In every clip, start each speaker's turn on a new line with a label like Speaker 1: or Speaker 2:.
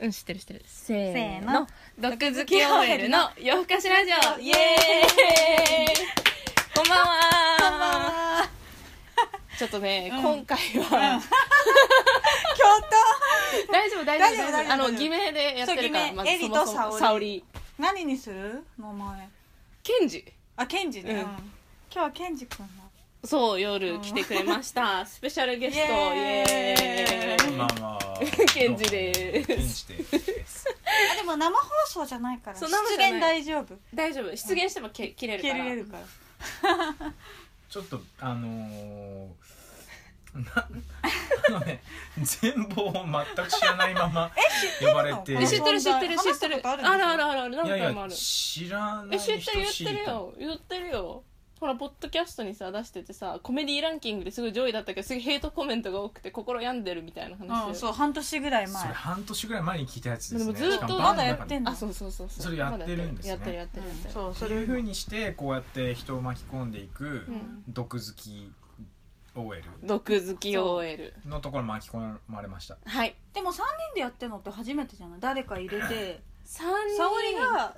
Speaker 1: うん知ってる知ってる
Speaker 2: せ
Speaker 3: せ
Speaker 2: ー
Speaker 3: ー
Speaker 2: の
Speaker 3: の
Speaker 1: 毒好き OL の夜更かしラジオイエーイこんばんは
Speaker 3: こんばんは
Speaker 1: ちょっとね、
Speaker 3: うん
Speaker 1: 今回は、
Speaker 3: 京
Speaker 1: 大丈夫大丈夫
Speaker 3: 大丈夫大丈夫
Speaker 1: あの偽名でやってるか
Speaker 3: そ
Speaker 1: ら
Speaker 3: う
Speaker 1: まず
Speaker 3: 偽名
Speaker 1: そもそ
Speaker 3: エリ
Speaker 1: も沙
Speaker 3: と沙
Speaker 1: 織
Speaker 3: 織何にする名前
Speaker 1: ケンジ
Speaker 3: あケンジね、
Speaker 1: うん
Speaker 3: うん今日はケンジくんの
Speaker 1: そう夜来てくれま した、スペシャルゲストイエー
Speaker 3: イエ
Speaker 1: イ
Speaker 4: まあまあ。
Speaker 1: ケンジで
Speaker 4: ケン
Speaker 1: す
Speaker 4: ジです。
Speaker 3: あでも生放送じゃないから出
Speaker 1: そう生じゃない
Speaker 3: 現大丈夫
Speaker 1: 大丈夫出現してもけ切れる
Speaker 3: 切
Speaker 1: から
Speaker 3: れるから
Speaker 4: ちょっと、あのー。 なあのね、全貌を全く知らないまま呼ばれて
Speaker 3: え
Speaker 1: え知
Speaker 3: る
Speaker 1: ってる知ってる知ってる
Speaker 3: 話したことあるんでしょ
Speaker 1: あるあるあるある何
Speaker 4: いやい
Speaker 1: 回もあ
Speaker 4: や
Speaker 1: る
Speaker 4: 知らな
Speaker 1: え
Speaker 4: い
Speaker 1: 知
Speaker 4: 人
Speaker 1: ってる
Speaker 4: 知
Speaker 1: 言って
Speaker 4: り
Speaker 1: る
Speaker 4: たい
Speaker 1: よ言ってるよほらポッドキャストにさ出しててさコメディランキングですごい上位だったけどすごいヘイトコメントが多くて心病んでるみたいな話
Speaker 3: うん、そう半年ぐらい前
Speaker 4: それ半年ぐらい前に聞いたやつです
Speaker 1: でも
Speaker 4: ね
Speaker 1: ずっと
Speaker 4: しかも
Speaker 3: まだやってんの
Speaker 1: あそうそうそうう
Speaker 4: それやってるんですね
Speaker 1: やってるやってるやってる
Speaker 3: そう
Speaker 4: そ
Speaker 3: そう
Speaker 4: いう
Speaker 3: れ
Speaker 4: ふうにしてこうやって人を巻き込んでいく
Speaker 1: うん
Speaker 4: 毒好き OL
Speaker 1: 毒好き OL
Speaker 4: のところに巻き込まれました
Speaker 1: はい
Speaker 3: でも3人でやってんのって初めてじゃない誰か入れて
Speaker 1: 3人
Speaker 3: 沙織がなんか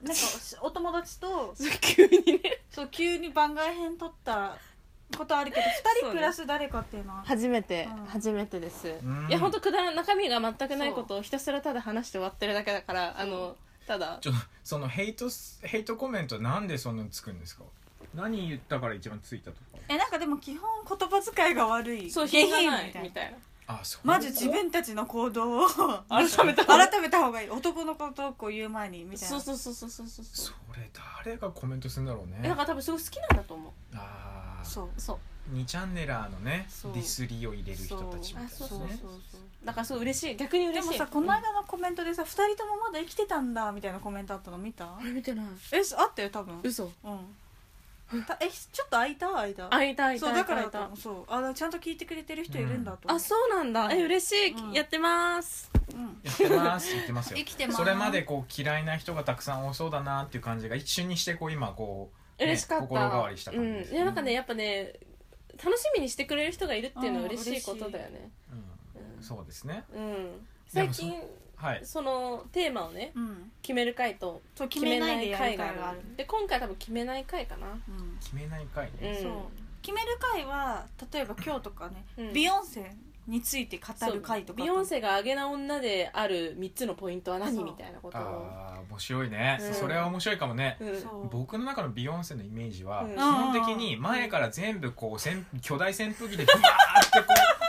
Speaker 3: お友達と
Speaker 1: 急にね
Speaker 3: そう急に番外編撮ったことあるけど2人プラス誰かっていうのは
Speaker 1: 初めて
Speaker 3: うん
Speaker 1: 初めてです
Speaker 4: ん
Speaker 1: いや本当くだらん中身が全くないことをひたすらただ話して終わってるだけだからあのただ
Speaker 4: ちょそのヘイトスヘイトコメントなんでそんなにつくんですか何言ったから一番ついたとか
Speaker 3: えなんかでも基本言葉遣いが悪い
Speaker 1: そう
Speaker 3: 下
Speaker 1: 品
Speaker 3: 品
Speaker 1: がない
Speaker 3: みたい
Speaker 1: み
Speaker 3: な
Speaker 1: たいな
Speaker 4: あそう
Speaker 3: まず自分たちの行動を
Speaker 1: 改めた
Speaker 3: 改めた方がいい男のことをこう言う前にみたい
Speaker 1: そう
Speaker 3: な
Speaker 1: そうそうそうそうそう
Speaker 4: そ
Speaker 1: そう
Speaker 4: れ誰がコメントするんだろう
Speaker 1: だ
Speaker 4: ね
Speaker 1: から多分すごい好きなんだと思
Speaker 4: ああ
Speaker 3: そう
Speaker 1: うそう
Speaker 4: う2チャンネラーのね
Speaker 1: そう
Speaker 4: ディスりを入れる人たちみた
Speaker 1: あ
Speaker 4: いな
Speaker 1: そう
Speaker 3: そ
Speaker 1: そうそ
Speaker 3: う
Speaker 1: う
Speaker 3: ね
Speaker 1: そうだからすごい嬉しい逆に
Speaker 3: で
Speaker 1: 嬉しい
Speaker 3: もさこの間のコメントでさ2人ともまだ生きてたんだみたいなコメントあったの見た
Speaker 1: あれ見てない
Speaker 3: えすあったよ多分
Speaker 1: 嘘
Speaker 3: うんたえちょっと空いた間
Speaker 1: あいたいた
Speaker 3: そうだか
Speaker 1: あ
Speaker 3: ら
Speaker 1: いた
Speaker 3: だと思うそうあちゃんと聞いてくれてる人いるんだと思
Speaker 1: あそうなんだえ嬉しい、
Speaker 3: うん
Speaker 1: やってます
Speaker 3: う、うん、
Speaker 4: やってます言ってますよ
Speaker 3: 生きてます
Speaker 4: それまでこう嫌いな人がたくさん多そうだなっていう感じが一瞬にしてこう今こう、ね
Speaker 1: 嬉しかった、
Speaker 4: 心変わりした
Speaker 1: う
Speaker 4: 感じ
Speaker 1: ん
Speaker 4: で
Speaker 1: い
Speaker 4: すね
Speaker 1: やなんかねやっぱね楽しみにしてくれる人がいるっていうのは嬉しいことだよね
Speaker 4: うんそうですね
Speaker 1: うん最近
Speaker 4: はい
Speaker 1: そのテーマをね
Speaker 3: うん、
Speaker 1: 決める回と
Speaker 3: そう決めないでやる会
Speaker 1: 決めない
Speaker 3: がある、
Speaker 1: で今回多分決めない回かな
Speaker 3: うん、
Speaker 4: 決めない回
Speaker 1: う
Speaker 4: ね、
Speaker 1: ん
Speaker 3: そう決める会は例えば今日とかね、
Speaker 1: うん
Speaker 3: ビヨンセについて語る会とか
Speaker 1: ビヨンセがアゲな女である3つのポイントは何
Speaker 3: そう
Speaker 1: みたいなことを
Speaker 4: ああ面白いね、
Speaker 1: うん
Speaker 4: それは面白いかもね、
Speaker 1: うん
Speaker 3: そう
Speaker 4: 僕の中のビヨンセのイメージは、
Speaker 1: うん
Speaker 4: 基本的に前から全部こう扇巨大扇風機でブワーってこ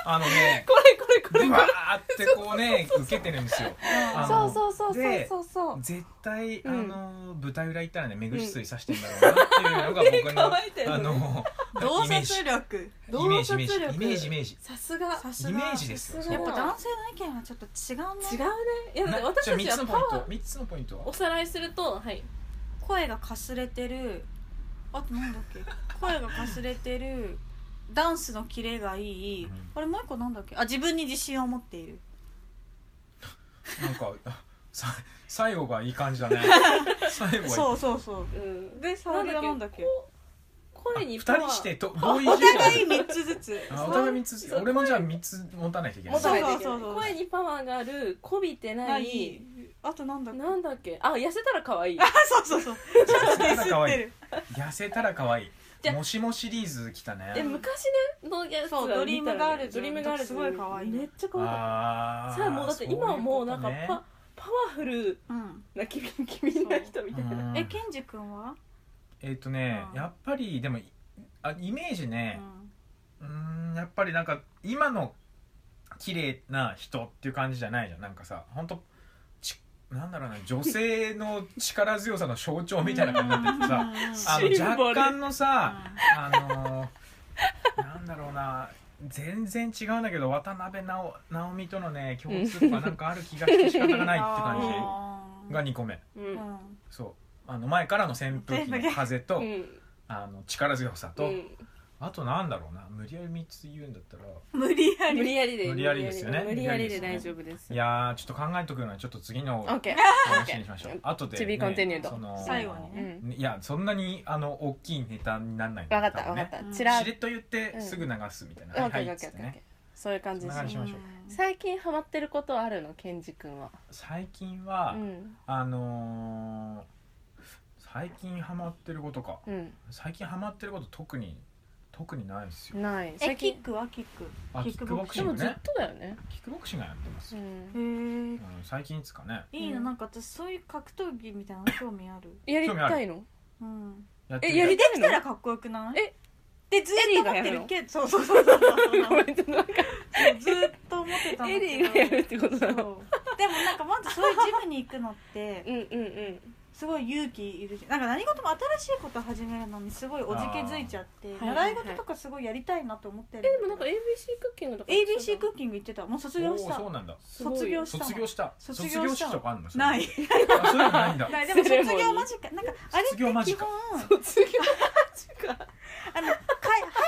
Speaker 4: うあのね
Speaker 1: これこれこ
Speaker 4: ブ
Speaker 1: れ
Speaker 4: ワーってこうね受けてるんですよあ
Speaker 1: そう
Speaker 4: の
Speaker 1: そうそうそう
Speaker 4: で
Speaker 1: そうそう
Speaker 4: 絶対、
Speaker 1: うん
Speaker 4: あの舞台裏行ったらね目薬さしてんだろうなっていう のが僕の
Speaker 1: 乾いてんの
Speaker 4: あの
Speaker 3: 洞
Speaker 4: イメージ
Speaker 3: 察力
Speaker 4: イメージイメージ
Speaker 1: 洞察力
Speaker 4: イメージイメージ
Speaker 1: さすが
Speaker 3: さすが
Speaker 4: イメージですよ
Speaker 1: さす
Speaker 4: そ
Speaker 1: が
Speaker 3: や
Speaker 4: れ
Speaker 3: っぱ
Speaker 4: は
Speaker 3: 男性の意見はちょっと違うね
Speaker 1: 違うねいや
Speaker 4: な
Speaker 1: 私
Speaker 4: じゃあ
Speaker 1: たち
Speaker 4: 3つ
Speaker 1: は
Speaker 4: の
Speaker 1: パ
Speaker 4: ポイン
Speaker 1: ワ
Speaker 4: ト
Speaker 1: ー
Speaker 4: 3つのポイントは
Speaker 1: おさらいするとはい
Speaker 3: 声がかすれてるあとなんだっけ声がかすれてるダンスのキレがいい、
Speaker 4: うん
Speaker 3: あれもう一個なんだっけあ自分に自信を持っている
Speaker 4: なんかあさ最後がいい 感じだね最後がい
Speaker 3: そ
Speaker 4: いう
Speaker 3: そうそ
Speaker 1: う
Speaker 3: う
Speaker 1: ん
Speaker 3: で沙織はなんだっけ
Speaker 1: こう声に
Speaker 4: 2人してと同意
Speaker 3: お
Speaker 4: 事項
Speaker 3: 互い3つずつ
Speaker 4: あお互い3つ俺もじゃあ3つ持たないといけない
Speaker 1: 持たないといけ
Speaker 3: そ
Speaker 1: な
Speaker 3: う
Speaker 1: い
Speaker 3: そうそう
Speaker 1: 声にパワーがあるこびて
Speaker 3: な
Speaker 1: ない
Speaker 3: いあとなんだっけ
Speaker 1: なんだっけあ痩せたら可 愛い
Speaker 3: あそうそうそうちょっとディス
Speaker 4: 可
Speaker 3: って
Speaker 4: 愛い
Speaker 3: る
Speaker 4: 痩せたら可愛
Speaker 1: じ
Speaker 4: い
Speaker 1: ゃあ
Speaker 4: もしもシリーズ来た
Speaker 1: で
Speaker 4: ね
Speaker 1: 昔ねのやつは
Speaker 3: そうドリームガールズ
Speaker 1: ドリームガールズ
Speaker 3: すごい可愛い
Speaker 1: めっちゃ可愛かっ
Speaker 4: あ
Speaker 1: た
Speaker 4: ー
Speaker 1: さあもうだって今はもうなんか
Speaker 4: そういう
Speaker 1: パパワフル
Speaker 3: うん
Speaker 1: な君君な人み
Speaker 4: こと
Speaker 1: たいな
Speaker 4: ねう
Speaker 3: え
Speaker 4: ん
Speaker 3: ケンジ君は、
Speaker 4: えっとね
Speaker 3: うん
Speaker 4: やっぱりでもあイメージ
Speaker 3: う
Speaker 4: ね
Speaker 3: ん、
Speaker 4: うーんやっぱりなんか今の綺麗な人っていう感じじゃないじゃんなんかさ本当ちなんだろうな女性の力強さの象徴みたいな感じになって てさ
Speaker 3: さ
Speaker 4: あ
Speaker 1: シンボル
Speaker 4: の若干のさ、あのーなんだろうな全然違うんだけど渡辺直直美とのね共通点がなんかある気がして仕方がないって感じが2個目
Speaker 1: うん
Speaker 4: そうあの前からの扇風機の風と、
Speaker 1: うん
Speaker 4: あの力強さと、
Speaker 1: うん
Speaker 4: あとなんだろうな無理やり3つ言うんだったら
Speaker 3: 無理や
Speaker 1: 無
Speaker 3: り
Speaker 1: 理やりで
Speaker 4: 無理やりですよね
Speaker 1: 無理やりで
Speaker 3: 無
Speaker 1: 大
Speaker 3: 理やりです
Speaker 1: 丈夫です
Speaker 4: いやーちょっと考えとくのはちょっと次の
Speaker 1: オッケー
Speaker 4: 話にしましょう
Speaker 1: OK
Speaker 4: 後で、
Speaker 1: To be continued
Speaker 4: その
Speaker 3: 最後に
Speaker 1: う
Speaker 3: ね
Speaker 1: ん
Speaker 4: いやそんなにあの大きいネタにならない
Speaker 1: 分かった分かっ
Speaker 3: う
Speaker 1: た
Speaker 3: ん
Speaker 1: チラ
Speaker 4: しれっと言ってすぐ流すみたいな、
Speaker 1: オッ
Speaker 4: は
Speaker 1: ケ
Speaker 4: い
Speaker 1: ーオッ
Speaker 4: はいっ
Speaker 1: ケーオッケーオ
Speaker 4: つって
Speaker 1: ッケ
Speaker 4: ね
Speaker 1: ーそういう感じで
Speaker 4: そんな
Speaker 1: す
Speaker 4: 感
Speaker 1: ね
Speaker 4: じしましょう
Speaker 1: 最近ハマってることあるのケンジ君は
Speaker 4: 最近は、
Speaker 1: うん
Speaker 4: あのー最近ハマってることか
Speaker 1: うん
Speaker 4: 最近ハマってること特に特にないですよ
Speaker 1: ない
Speaker 3: え
Speaker 1: 最
Speaker 3: キ
Speaker 1: 近
Speaker 3: ックはキック
Speaker 4: あ
Speaker 3: キッ
Speaker 4: キッ
Speaker 3: ク
Speaker 4: ク
Speaker 3: ボ
Speaker 4: ボ
Speaker 3: ク
Speaker 4: ク
Speaker 1: で
Speaker 4: シン
Speaker 1: も
Speaker 4: グ
Speaker 1: ずっ
Speaker 4: ね
Speaker 1: とだよね
Speaker 4: キックボクシングはやってます、
Speaker 1: う
Speaker 4: うん
Speaker 1: ん
Speaker 3: へえ
Speaker 4: 最近ですかね
Speaker 3: いいな
Speaker 1: うん
Speaker 3: なんか私そういう格闘技みたいなの興味ある
Speaker 1: やりたいの
Speaker 3: うん
Speaker 4: やっ
Speaker 1: え
Speaker 4: み
Speaker 1: や
Speaker 4: たい
Speaker 1: り
Speaker 3: で
Speaker 1: たい
Speaker 3: き
Speaker 1: の
Speaker 3: たらかっこよくない
Speaker 1: え
Speaker 3: でずっと思って
Speaker 1: エリーがやる
Speaker 3: る
Speaker 1: の
Speaker 3: けどそうそうそうそうそう
Speaker 1: ごめんちょっとなんか
Speaker 3: ずっと思ってたんだけど
Speaker 1: エリーがやるってこと
Speaker 3: そ
Speaker 1: な
Speaker 3: うで
Speaker 1: の
Speaker 3: もなんかまずそういうジムに行くのって
Speaker 1: うんうんうん
Speaker 3: すごい勇気いるしなんか何事も新しいこと始めるのにすごいおじけづいちゃって
Speaker 1: あー
Speaker 3: 習い事とかすごいやりたいなと思ってる
Speaker 1: えでもなんか ABC クッキングとか
Speaker 3: ABC クッキング行ってたもう卒業し
Speaker 4: おー
Speaker 3: た
Speaker 4: そうなんだ
Speaker 3: 卒業したの
Speaker 4: 卒業した
Speaker 3: 卒業した
Speaker 4: 式とかあるのそれ
Speaker 3: ない
Speaker 4: あそういうのないんだ
Speaker 3: ないでも卒
Speaker 1: セレモニー
Speaker 3: 業間近なんかあれって
Speaker 4: 卒業間
Speaker 3: 基
Speaker 4: 近
Speaker 3: 本
Speaker 1: 卒業間近
Speaker 3: あのか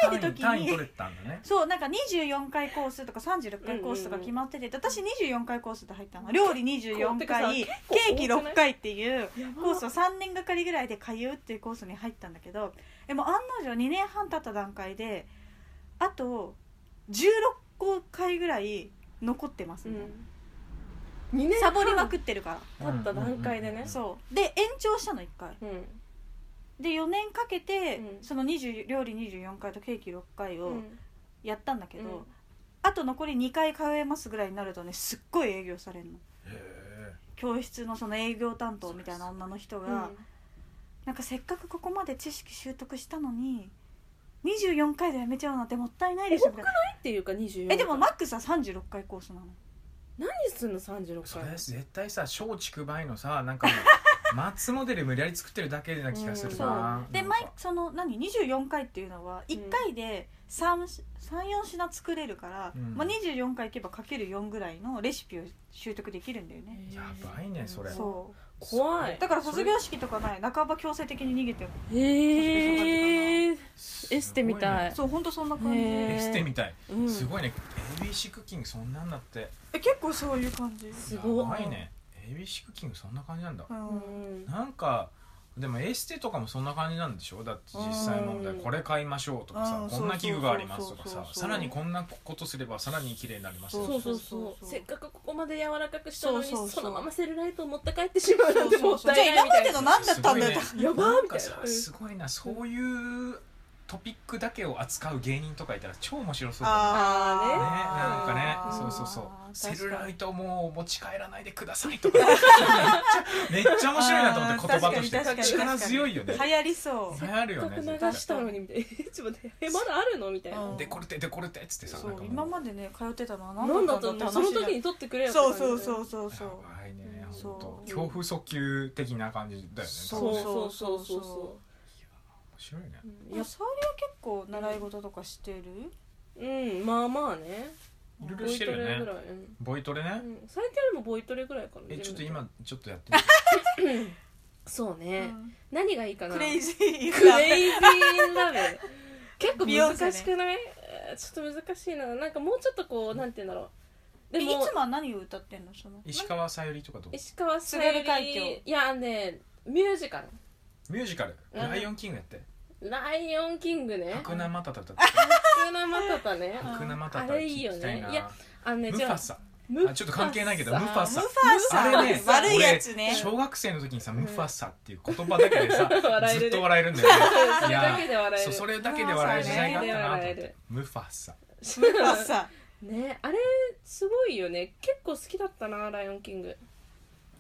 Speaker 3: 入る
Speaker 4: 単位
Speaker 3: 時
Speaker 4: 単位
Speaker 3: に
Speaker 4: 取れてたんだね
Speaker 3: そうなんか24回コースとか36回コースとか決まってて、私24回コースで入ったの料理24回
Speaker 1: 構多
Speaker 3: ケ
Speaker 1: くない
Speaker 3: ーキ6回っていう
Speaker 1: やば
Speaker 3: コースを3年がかりぐらいで通うっていうコースに入ったんだけどでも案の定2年半経った段階であと16回ぐらい残ってます、
Speaker 1: う
Speaker 3: ね
Speaker 1: ん二年
Speaker 3: サボりま
Speaker 1: 半
Speaker 3: くってるから、
Speaker 1: 経った段階でね
Speaker 3: そうで延長したの1回
Speaker 1: うん
Speaker 3: で4年かけて、
Speaker 1: うん
Speaker 3: その20料理24回とケーキ6回
Speaker 1: う
Speaker 3: を
Speaker 1: ん
Speaker 3: やったんだけど、
Speaker 1: うん
Speaker 3: あと残り2回通えますぐらいになるとねすっごい営業されるの
Speaker 4: へ
Speaker 3: 教室のその営業担当みたいな女の人が、なんかせっかくここまで知識習得したのに24回でやめちゃうなんてもったいないでしょみたいな
Speaker 1: っていうか24
Speaker 3: えでもマックスは36回コースなの
Speaker 1: 何すんの36
Speaker 4: えそれ
Speaker 1: 回
Speaker 4: 絶対さ松竹梅のさなんかもう松モデル無理やり作ってるだけな気がする
Speaker 1: ん
Speaker 3: そ
Speaker 4: な
Speaker 3: うで
Speaker 4: なんか
Speaker 3: 毎その何24回っていうのは1回で34品作れるから、
Speaker 4: うん
Speaker 3: まあ、24回いけばかける4ぐらいのレシピを習得できるんだよね、
Speaker 4: やばいねそれ
Speaker 3: そ
Speaker 1: 怖いう
Speaker 3: だから卒業式とかない半ば強制的に逃げてる
Speaker 1: へえ
Speaker 4: すごいね
Speaker 1: エステみたい
Speaker 3: そうほんとそんな感じ、
Speaker 1: へ
Speaker 4: エステみたい
Speaker 1: うん
Speaker 4: すごいね ABC クッキングそんなんだって
Speaker 3: え結構そういう感じ
Speaker 1: すごい
Speaker 4: やばいね ABC クッキングそんな感じなんだ
Speaker 3: う
Speaker 1: うんん
Speaker 4: なんかでもエステとかもそんな感じなんでしょだって実際問題
Speaker 1: うん
Speaker 4: これ買いましょうとか
Speaker 3: う
Speaker 4: さ
Speaker 3: ん
Speaker 4: こんな器具がありますとか
Speaker 3: そうそう
Speaker 4: さ
Speaker 3: そうそう
Speaker 4: さらにこんなことすればさらに綺麗になりますとか
Speaker 1: そうそう
Speaker 3: そう
Speaker 1: そ
Speaker 3: そうそう
Speaker 1: うせっかくここまで柔らかくしたのに
Speaker 3: そうそうそ
Speaker 1: そうのままセルライトを持って帰ってしまうなんて
Speaker 3: そ
Speaker 1: も
Speaker 3: う
Speaker 1: っ
Speaker 3: そうそう
Speaker 1: たいないみたい
Speaker 3: じゃあ今
Speaker 1: な
Speaker 3: までの何だったんだよ
Speaker 4: すごいね
Speaker 1: やばー
Speaker 4: なん
Speaker 1: みた
Speaker 4: か
Speaker 1: い
Speaker 4: さ
Speaker 1: な
Speaker 4: すごいなそういうトピックだけを扱う芸人とかいたら超面白そうだねねなん
Speaker 1: あ
Speaker 4: かね
Speaker 3: あー
Speaker 4: そうそうそうセルラ
Speaker 3: 確
Speaker 4: イトもう持ち帰らないでくださいとかめっちゃめっちゃ面白いなと思って言葉として
Speaker 3: あー確かに確かに
Speaker 4: 力強いよね
Speaker 3: かに流行りそ
Speaker 4: 流行る
Speaker 1: せ
Speaker 4: よ
Speaker 1: っかく
Speaker 4: ね
Speaker 1: 流
Speaker 4: 絶対
Speaker 1: したのにみたいな えちょっと待ってえまだあるのみたいな
Speaker 3: うん
Speaker 4: デコルテデコルテっつってさ
Speaker 3: そ
Speaker 4: な
Speaker 3: うん
Speaker 4: かもう
Speaker 3: 今までね通ってたのは
Speaker 1: 何
Speaker 3: 何
Speaker 1: だっ
Speaker 3: だったた
Speaker 1: ん
Speaker 3: ん
Speaker 1: だ
Speaker 3: だ
Speaker 1: その時
Speaker 3: に
Speaker 1: に取ってくれよって
Speaker 3: そう
Speaker 1: 感じだ
Speaker 3: そ
Speaker 1: よ
Speaker 3: う
Speaker 1: ね
Speaker 3: そうそうそう
Speaker 4: やばいね
Speaker 3: そう
Speaker 4: 本当
Speaker 1: そう
Speaker 4: 強風速球的な感じだよね
Speaker 3: そう
Speaker 4: 多分ね面
Speaker 1: そうそうそうそう
Speaker 3: そ
Speaker 1: そ
Speaker 4: 白いね
Speaker 1: ううん
Speaker 3: い
Speaker 1: や
Speaker 3: や
Speaker 1: っ
Speaker 3: 沙織は結構習い事とかしてる
Speaker 1: うんまあまあね
Speaker 4: いろい
Speaker 1: ボ
Speaker 4: ろし
Speaker 1: イ
Speaker 4: て
Speaker 1: ト
Speaker 4: る
Speaker 1: レぐら
Speaker 4: よね
Speaker 1: いうん
Speaker 4: ボイトレね
Speaker 1: うん最近でもボイトレぐらいかな
Speaker 4: えちょっと今ちょっとやって
Speaker 1: そうね
Speaker 3: うん
Speaker 1: 何がいいかな
Speaker 3: クレイジー
Speaker 1: クレイジーラブ結構
Speaker 3: ビヨンセね
Speaker 1: 難しくない、えーちょっと難しいななんかもうちょっとこうなんて言うんだろう
Speaker 3: え
Speaker 1: で
Speaker 3: い
Speaker 1: も
Speaker 3: つもは何を歌ってんのその
Speaker 4: み石川さゆりとかどう
Speaker 1: 石川さ
Speaker 3: 津
Speaker 1: ゆ
Speaker 3: 軽海峡
Speaker 1: りいやねミュージカル
Speaker 4: ミュージカル「
Speaker 1: うん
Speaker 4: ライオンキング」やって
Speaker 1: 「ライオンキングね」
Speaker 4: 「
Speaker 1: ね
Speaker 4: 白生マタタタ」
Speaker 1: 「ナマタタね
Speaker 4: 「白生マタタ」
Speaker 1: あれいいよね
Speaker 4: 聞きたない
Speaker 1: やあのね
Speaker 4: ムフ
Speaker 1: じゃ
Speaker 4: ァ
Speaker 1: あ
Speaker 4: サ
Speaker 1: ム
Speaker 4: あちょっと関係ないけどムファサ
Speaker 3: ムファーサ
Speaker 4: あれね
Speaker 3: 悪いやつね
Speaker 4: 俺小学生の時にさ「ムファサ」っていう言葉だけでさ
Speaker 1: 笑え
Speaker 4: ず
Speaker 1: るね
Speaker 4: っと笑えるんだよね
Speaker 1: それだけで笑え
Speaker 4: そ
Speaker 1: る
Speaker 4: うそれだけで笑える時代があ
Speaker 1: それだけ
Speaker 4: ったなと思っ
Speaker 1: で笑え
Speaker 4: て
Speaker 1: る
Speaker 4: ムファサ
Speaker 3: ムファーサ
Speaker 1: ねあれすごいよね結構好きだったな「ライオンキング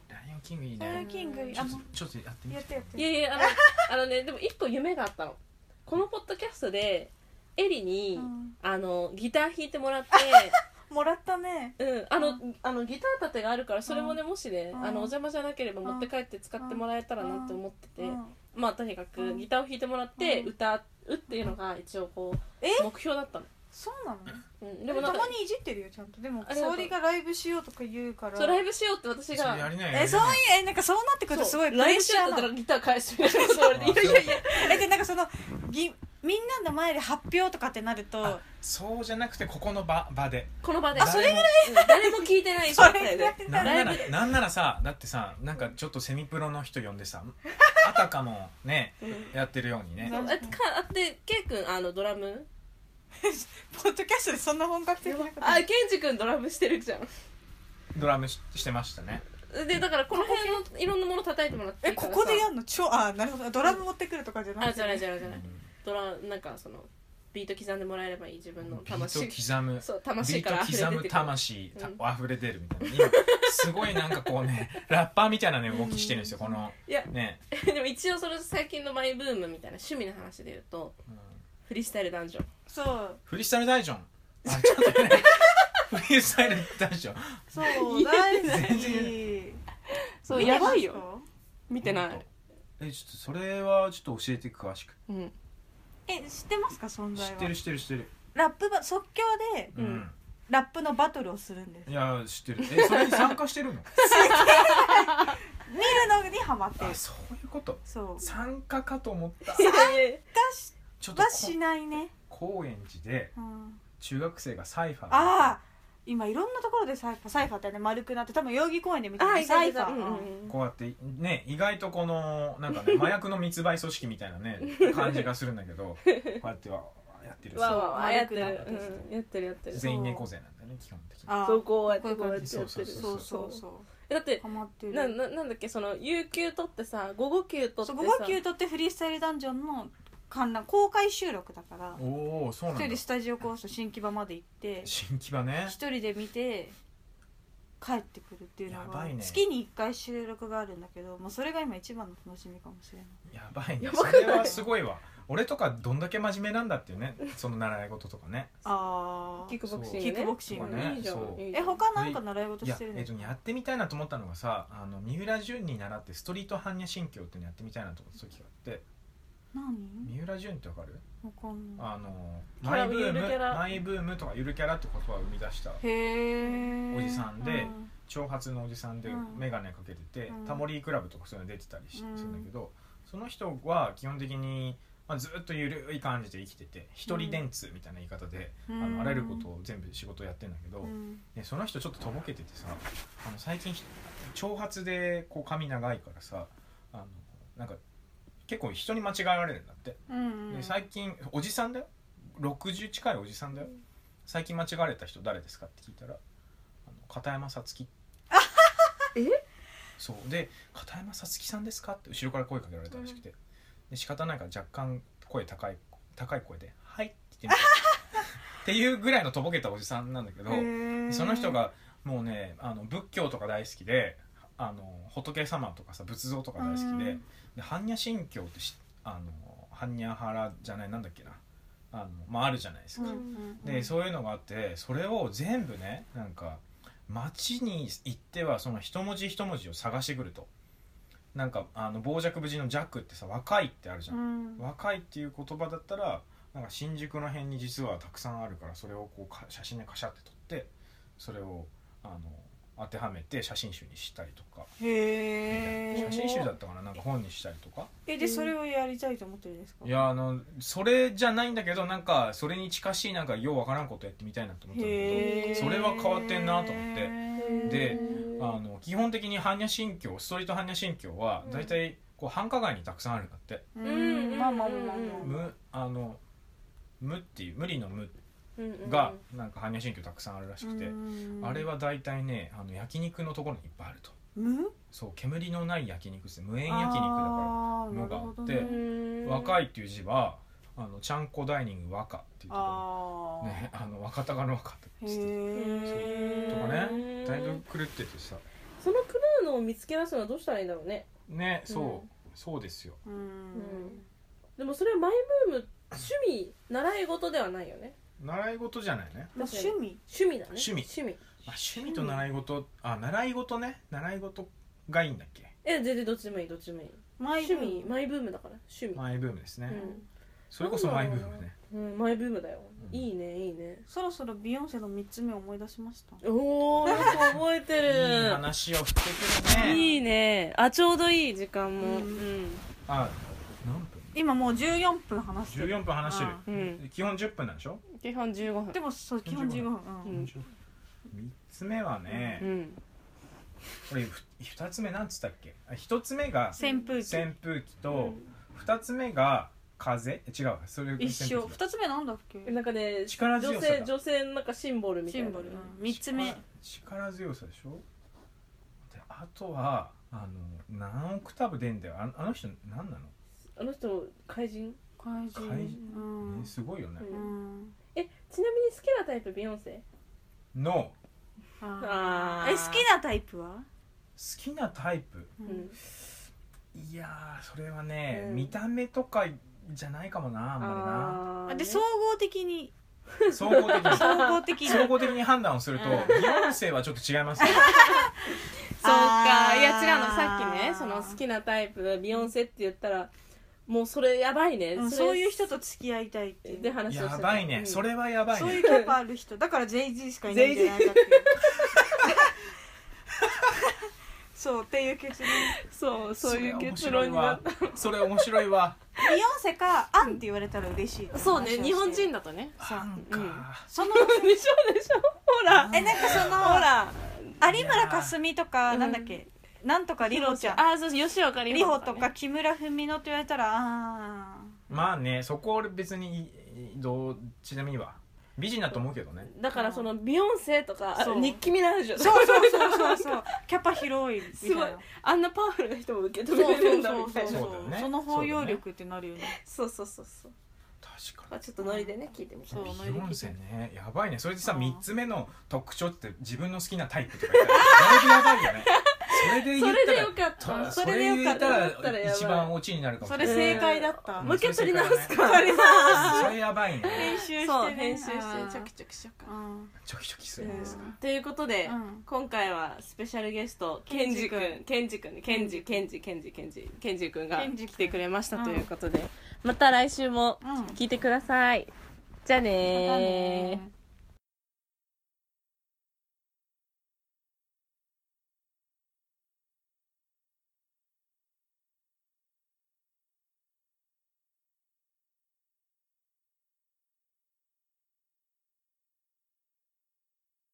Speaker 4: ライオンキングいい
Speaker 3: ライオン
Speaker 4: ね
Speaker 3: キング
Speaker 4: ちょ
Speaker 3: あ
Speaker 4: っ
Speaker 3: の
Speaker 4: とちょっとやってみ
Speaker 3: や
Speaker 4: て
Speaker 3: ってやって」
Speaker 1: いやいやあの あのねでも一個夢があったのこのポッドキャストでエリに、
Speaker 3: うん
Speaker 1: あのギター弾いてもらって
Speaker 3: もらったね
Speaker 1: うん、あの、
Speaker 3: う
Speaker 1: あのギター立てがあるからそれもね、もしね、
Speaker 3: うん
Speaker 1: あのお邪魔じゃなければ
Speaker 3: ん
Speaker 1: 持って帰って使ってもらえたらなって思ってて、
Speaker 3: うん
Speaker 1: まあとにか
Speaker 3: う
Speaker 1: く
Speaker 3: ん
Speaker 1: ギターを弾いてもらって
Speaker 3: うん
Speaker 1: 歌うっていうのが一応こ
Speaker 3: え
Speaker 1: う目標だったの、
Speaker 3: そうなの
Speaker 1: うん、
Speaker 3: で
Speaker 1: でも
Speaker 3: も
Speaker 1: な
Speaker 3: た
Speaker 1: んか
Speaker 3: まにいじってるよちゃんとでも
Speaker 1: ありがとう
Speaker 3: 沙織がライブしようとか言うから
Speaker 1: そうライブしようって私
Speaker 4: それや
Speaker 1: が
Speaker 4: りなよ
Speaker 3: えそういうえなんかそうなってくるとすごいプ
Speaker 1: ライ
Speaker 3: レッ
Speaker 1: ブし
Speaker 3: シ
Speaker 1: よう
Speaker 3: ャ
Speaker 1: って言ったら
Speaker 3: ーなの
Speaker 1: ギター返してみたいなそ れでいやいやいや
Speaker 3: えでなんかそのぎみんなの前で発表とかってなると
Speaker 4: あそうじゃなくてここの場場で
Speaker 1: この場で
Speaker 4: あそれぐらい
Speaker 1: うん誰も聞いてない状態で
Speaker 4: なんな
Speaker 1: ライ
Speaker 4: らなんならさだってさなんかちょっとセミプロの人呼んでさあたかもね
Speaker 1: うん
Speaker 4: やってるようにね
Speaker 1: そうあかあでケイ君あのドラム
Speaker 3: ポッドキャストでそんな本格的なこと
Speaker 1: あケンジ君ドラムしてるじゃん
Speaker 4: ドラムししてましたね
Speaker 1: でだからこの辺のいろんなもの叩いてもらってい
Speaker 3: え
Speaker 1: いか
Speaker 3: こ
Speaker 1: らさ
Speaker 3: こでやんの超あなるほどドラム持ってくるとかじゃな
Speaker 1: あ
Speaker 3: くて
Speaker 1: じゃないじゃないじ
Speaker 4: う
Speaker 1: ゃない
Speaker 4: ん
Speaker 1: ドラなんかそのビート刻んでもらえればいい自分の
Speaker 4: ビー
Speaker 1: 魂
Speaker 4: ト刻む
Speaker 1: そう
Speaker 4: ビ
Speaker 1: 魂
Speaker 4: ー
Speaker 1: から溢
Speaker 4: ト
Speaker 1: れ
Speaker 4: 刻
Speaker 1: 出
Speaker 4: む
Speaker 1: てくる
Speaker 4: 魂た
Speaker 1: うん
Speaker 4: 溢れ出るみたいな今すごいなんかこうね ラッパーみたいなね動きしてるんですよこの
Speaker 1: いや
Speaker 4: ね、
Speaker 1: でも一応それ最近のマイブームみたいな趣味の話で言うと
Speaker 4: うん
Speaker 1: フリースタイルダンジョン
Speaker 3: そう
Speaker 4: フリースタイル大ジョンあちょっとね フリースタイル大ジョン
Speaker 3: そう大好
Speaker 4: 全
Speaker 3: き
Speaker 1: そうやばいよ見
Speaker 4: 見
Speaker 1: てない
Speaker 4: えちょっとそれはちょっと教えて詳しく
Speaker 1: うん
Speaker 3: え知ってますか存
Speaker 4: 知
Speaker 3: 在は
Speaker 4: ってる知ってる知ってる
Speaker 3: ラップば即興で
Speaker 1: う
Speaker 4: うんん
Speaker 3: ラップのバトルをするんです
Speaker 4: い
Speaker 3: 見
Speaker 4: や知ってるえそれに参加して るの
Speaker 3: るのにハマってる
Speaker 4: あそういうこと
Speaker 3: そう
Speaker 4: 参加かと思った
Speaker 1: いやいや
Speaker 3: 出
Speaker 4: ちょっとこ
Speaker 3: はしないね、
Speaker 4: 高円寺で
Speaker 3: うん、
Speaker 4: 中学生がサイファー
Speaker 3: ああ今いろんなところでサイファーサイファーってね丸くなって多分代々木公園で見た
Speaker 1: あ
Speaker 3: ね
Speaker 1: い
Speaker 3: サ
Speaker 1: た
Speaker 3: イ
Speaker 1: い
Speaker 3: ファ
Speaker 1: た
Speaker 3: ー、
Speaker 1: うんうんうん
Speaker 4: こうやってね意外とこのな んかね麻薬の密売組織みたいなね感じがするんだけどこうやってはやってる
Speaker 1: わあわあわあやってる、
Speaker 3: 丸くなって
Speaker 1: うん、やってるやってる
Speaker 4: 全員猫背なんだね基本的に
Speaker 3: あー
Speaker 1: そうこうやって
Speaker 3: こ
Speaker 1: こう
Speaker 3: うい
Speaker 1: や
Speaker 3: う
Speaker 1: って
Speaker 3: 感
Speaker 4: じ
Speaker 1: やってる
Speaker 3: そうそう
Speaker 1: そう
Speaker 3: そう
Speaker 1: えだって
Speaker 3: ハマってる
Speaker 1: なななんだっけその有給取ってさ午後休取ってさ
Speaker 3: そう5級とってフリースタイルダンジョンの観覧公開収録だから
Speaker 4: おおそう
Speaker 3: 一
Speaker 4: なん
Speaker 3: 人
Speaker 4: だ
Speaker 3: でスタジオコース新木場まで行って
Speaker 4: 新規場ね
Speaker 3: 一人で見て帰ってくるっていうの
Speaker 4: や
Speaker 3: が、
Speaker 4: ばいね
Speaker 3: 月に1回収録があるんだけどもうそれが今一番の楽しみかもしれない
Speaker 4: やばいね
Speaker 1: やば
Speaker 4: そ
Speaker 1: くない
Speaker 4: れはすごいわ俺とかどんだけ真面目なんだっていうねその習い事とかね
Speaker 3: あ
Speaker 1: キックボクシング、ね、
Speaker 3: キックボクシング
Speaker 4: ね
Speaker 1: いいじゃん
Speaker 4: そう
Speaker 1: いいじゃ
Speaker 3: え
Speaker 1: ん
Speaker 3: 他なんか習い事
Speaker 4: い
Speaker 3: し
Speaker 4: や
Speaker 3: てるん
Speaker 4: え
Speaker 3: で
Speaker 4: っ
Speaker 3: す
Speaker 4: と
Speaker 3: か
Speaker 4: ねやってみたいなと思ったのがさあの三浦淳に習ってストリート般若心経っていうのやってみたいなと思った時があって
Speaker 3: 何
Speaker 4: 三浦淳ってわかる
Speaker 3: わかんない
Speaker 4: あの
Speaker 1: キャ
Speaker 4: マ
Speaker 1: ラ
Speaker 4: イブー
Speaker 1: ゆるキャラ
Speaker 4: ムマイブームとかゆるキャラって言葉を生み出した
Speaker 3: へえ
Speaker 4: おじさんで
Speaker 3: う
Speaker 4: 長髪のおじさんで
Speaker 3: うん
Speaker 4: 眼鏡かけてて、
Speaker 3: うん
Speaker 4: タモリークラブとかそういうの出てたりしするんだけど、その人は基本的に、まあ、ずっとゆるい感じで生きてて一人電通みたいな言い方で、あ
Speaker 3: うん
Speaker 4: のあらゆることを全部仕事やってんだけど、
Speaker 3: うん
Speaker 4: ね、その人ちょっととぼけててさあの最近ひ長髪でこう髪長いからさあのなんか結構人に間違えられるんだって。
Speaker 3: うん
Speaker 4: で最近おじさんだよ60近いおじさんだよ最近間違われた人誰ですかって聞いたらあの片山 さつき
Speaker 1: え
Speaker 4: そうで「片山さつきさんですか?」って後ろから声かけられたらしくて、で仕方ないから若干声高い高い声で「はい」って言ってみ たっていうぐらいのとぼけたおじさんなんだけど、
Speaker 3: へー
Speaker 4: その人がもうねあの仏教とか大好きであの仏様とかさ仏像とか大好きで,、
Speaker 3: うん
Speaker 4: で般若心経ってしあの般若原じゃないなんだっけなあの、まあ、あるじゃないです
Speaker 3: うん
Speaker 4: か。
Speaker 3: うん
Speaker 4: でそういうのがあってそれを全部ねなんか町に行ってはその一文字一文字を探してくると。なんかあの傍若無人のジャックってさ若いってあるじゃん、
Speaker 3: うん
Speaker 4: 若いっていう言葉だったらなんか新宿の辺に実はたくさんあるからそれをこうか写真でカシャって撮ってそれをあの当てはめて写真集にしたりとか
Speaker 3: へえ
Speaker 4: 写真集だったかななんか本にしたりとか
Speaker 3: えでそれをやりたいと思ってるんですか
Speaker 4: いやあのそれじゃないんだけどなんかそれに近しいなんかようわからんことやってみたいなと思ったんだけ
Speaker 3: へえ
Speaker 4: それは変わってんなと思ってでどあ
Speaker 1: の
Speaker 4: の基本的に般若心経ストリート般若心経は大体こう繁華街にたくさんあるんだって。
Speaker 3: うん
Speaker 1: うん
Speaker 3: まあまあまあまあ
Speaker 1: うん
Speaker 3: まあ
Speaker 4: むあの無っていう無理の無
Speaker 1: うんうんうん
Speaker 4: がなんか般若心経たくさんあるらしくて、
Speaker 3: うん
Speaker 4: あれは大体ねあの焼肉のところにいっぱいあると
Speaker 3: 無
Speaker 4: そう煙のない焼肉ですね無
Speaker 3: あ
Speaker 4: 煙
Speaker 3: ー
Speaker 4: 焼肉だか
Speaker 3: なるほどね
Speaker 4: のがあって
Speaker 1: うん
Speaker 4: ら若いっていう字はあのちゃんこダイニング若っていうとこ
Speaker 3: あ
Speaker 4: ろ
Speaker 3: あ
Speaker 4: ねあの若鷹の若って
Speaker 3: へ
Speaker 4: 言って
Speaker 3: え
Speaker 4: たと
Speaker 1: う
Speaker 4: か
Speaker 1: ん
Speaker 4: ねだいぶ狂っててさ
Speaker 1: そのクルーのを見つけ出すのはどうしたらいいんだろうね
Speaker 4: ねそう、
Speaker 1: うん
Speaker 4: そうですよ
Speaker 3: うん
Speaker 1: でもそれはマイブーム趣味習い事ではないよね
Speaker 4: 習い事じゃないね、
Speaker 3: まあ趣味
Speaker 1: 趣味だね
Speaker 4: 趣味
Speaker 1: 趣味
Speaker 4: まあ、趣味と習い事あ習い事ね習い事がいいんだっけ
Speaker 1: え全然どっちでもいいどっちでもいい
Speaker 3: マイ
Speaker 1: 趣
Speaker 3: ブーム
Speaker 1: 味マイブームだから趣味
Speaker 4: マイブームですね、
Speaker 1: うん
Speaker 4: それこそマイブームね
Speaker 1: うん、マイブームだよ、
Speaker 4: うん
Speaker 1: いいねいいね
Speaker 3: そろそろビヨンセの3つ目思い出しました
Speaker 1: おおよく覚えて
Speaker 4: いい
Speaker 1: る
Speaker 4: 話を振ってくるね
Speaker 1: いいねあちょうどいい時間も
Speaker 3: う
Speaker 1: うんん
Speaker 4: あ何分
Speaker 3: 今もう14分話してる
Speaker 4: 14分話して
Speaker 1: う
Speaker 4: る、
Speaker 1: ん
Speaker 4: 基本10分なんでしょ、
Speaker 1: 基本15分
Speaker 3: でもそう基本15分う
Speaker 1: うんん
Speaker 4: 3つ目はね、
Speaker 1: うん
Speaker 4: これふ2つ目なんつったっけあ1つ目が
Speaker 3: 扇風機
Speaker 4: 扇風機と2つ目が風違うそれ
Speaker 3: 一緒
Speaker 4: 二
Speaker 3: 二つ目なんだっけ
Speaker 1: なんかね
Speaker 4: 力強さ
Speaker 1: 女
Speaker 4: だ
Speaker 1: 性女性のなんかシンボルみたい
Speaker 3: シ
Speaker 1: な
Speaker 3: ンボル三つ目
Speaker 4: 力強さでしょであとはあの何オクターブ出んだよああの人何なの、
Speaker 1: あの人怪人
Speaker 3: 怪人
Speaker 4: 怪
Speaker 3: う
Speaker 4: ね
Speaker 3: ん
Speaker 4: すごいよね、
Speaker 3: うん
Speaker 1: えちなみに好きなタイプビヨンセ
Speaker 4: の
Speaker 1: あ
Speaker 3: あー
Speaker 1: ー
Speaker 3: え好きなタイプは
Speaker 4: 好きなタイプ
Speaker 1: う
Speaker 3: う
Speaker 1: んん
Speaker 4: いやーそれはね、
Speaker 1: うん
Speaker 4: 見た目とかじゃないかもなあん
Speaker 1: あ
Speaker 3: あ
Speaker 4: ま
Speaker 1: ー
Speaker 3: で
Speaker 1: ね
Speaker 3: 総合的に
Speaker 4: りな総合 的に
Speaker 3: 総合的に
Speaker 4: 総合的に判断をすると
Speaker 1: う
Speaker 4: ビヨンセはちょっと違いますね
Speaker 1: そう
Speaker 3: あ
Speaker 1: か
Speaker 3: ー
Speaker 1: いや違うのさっきねその好きなタイプビヨンセって言ったらもうそれやばいね、
Speaker 3: うん
Speaker 1: れ
Speaker 3: そういう人と付き合いたいっていう
Speaker 1: で話をして
Speaker 4: や
Speaker 1: た
Speaker 4: ばいね、
Speaker 1: うん
Speaker 4: それはやばい
Speaker 3: そうい
Speaker 4: ね
Speaker 3: うキャパある人だから JG しかいないんじゃないか っていうそうっていう結論
Speaker 1: そうそういう結
Speaker 4: それ面白
Speaker 1: 論
Speaker 4: い
Speaker 1: になっ
Speaker 4: わそれ面白いわ
Speaker 3: ビヨンセかアンって言われたら嬉しい
Speaker 1: たそうね日本人
Speaker 3: の
Speaker 1: だとね
Speaker 3: そう
Speaker 4: なんか、
Speaker 3: その
Speaker 1: でしょでしょほら
Speaker 3: えなんかその
Speaker 1: ほら
Speaker 3: 有村架純とかなんだっけ、なんとかリホちゃん
Speaker 1: ああそうそう吉岡里
Speaker 3: リホ
Speaker 1: 帆
Speaker 3: と
Speaker 1: ね
Speaker 3: か木村文乃と言われたらあ
Speaker 4: まあねそこは俺別にいいどっちでもいいわ美人だと思うけどね
Speaker 1: だからそのビヨンセとか
Speaker 3: そう
Speaker 1: ニッキー・ミナージュ
Speaker 3: ー
Speaker 1: と
Speaker 3: そ
Speaker 1: か
Speaker 3: うそうそうそうそうキャパ広いみたい
Speaker 1: すごい
Speaker 3: な
Speaker 1: あんなパワフルな人も受け
Speaker 3: そ
Speaker 1: 止
Speaker 3: うそ
Speaker 1: めれる
Speaker 3: うん
Speaker 1: だ
Speaker 3: そう
Speaker 1: みた
Speaker 3: そ
Speaker 1: いうなそう
Speaker 3: そ
Speaker 1: う
Speaker 4: そうだよね
Speaker 3: その包容力ってなるよね
Speaker 1: そうそうそう
Speaker 4: 確か
Speaker 1: まあちょっとノリでね聞いてみた
Speaker 3: そう
Speaker 4: にビヨンセねやばいねそれでさ
Speaker 3: うん
Speaker 4: 3つ目の特徴って自分の好きなタイプとか言ったらだいぶやばいよねそれで言
Speaker 1: そ
Speaker 4: っ
Speaker 1: れ
Speaker 4: た
Speaker 1: で
Speaker 4: ら
Speaker 1: よかった
Speaker 4: そ
Speaker 1: そ
Speaker 4: それ
Speaker 1: れ
Speaker 4: で
Speaker 1: で
Speaker 4: 言
Speaker 1: よ
Speaker 4: った
Speaker 1: かった
Speaker 4: ら一番オチになるかも
Speaker 3: そ
Speaker 4: し
Speaker 3: れ
Speaker 4: れない
Speaker 3: 正解だった、
Speaker 1: もう一回撮り直すか
Speaker 3: それ正解
Speaker 4: それやばいね
Speaker 3: 編集して、ね、
Speaker 1: そう編集して
Speaker 3: あー
Speaker 1: チョキチョキしよう
Speaker 3: う
Speaker 1: か
Speaker 3: ん
Speaker 4: ちょきちょきす
Speaker 1: う
Speaker 4: るんですか
Speaker 1: んということで
Speaker 3: うん
Speaker 1: 今回はスペシャルゲストケンジくんケンジくんケンジケンジケンジケンジケンジくんが
Speaker 3: ケンジ
Speaker 1: 来
Speaker 3: くん
Speaker 1: てくれましたということでまた来週も
Speaker 3: うん
Speaker 1: 聞いてくださいじゃあねー
Speaker 3: またねー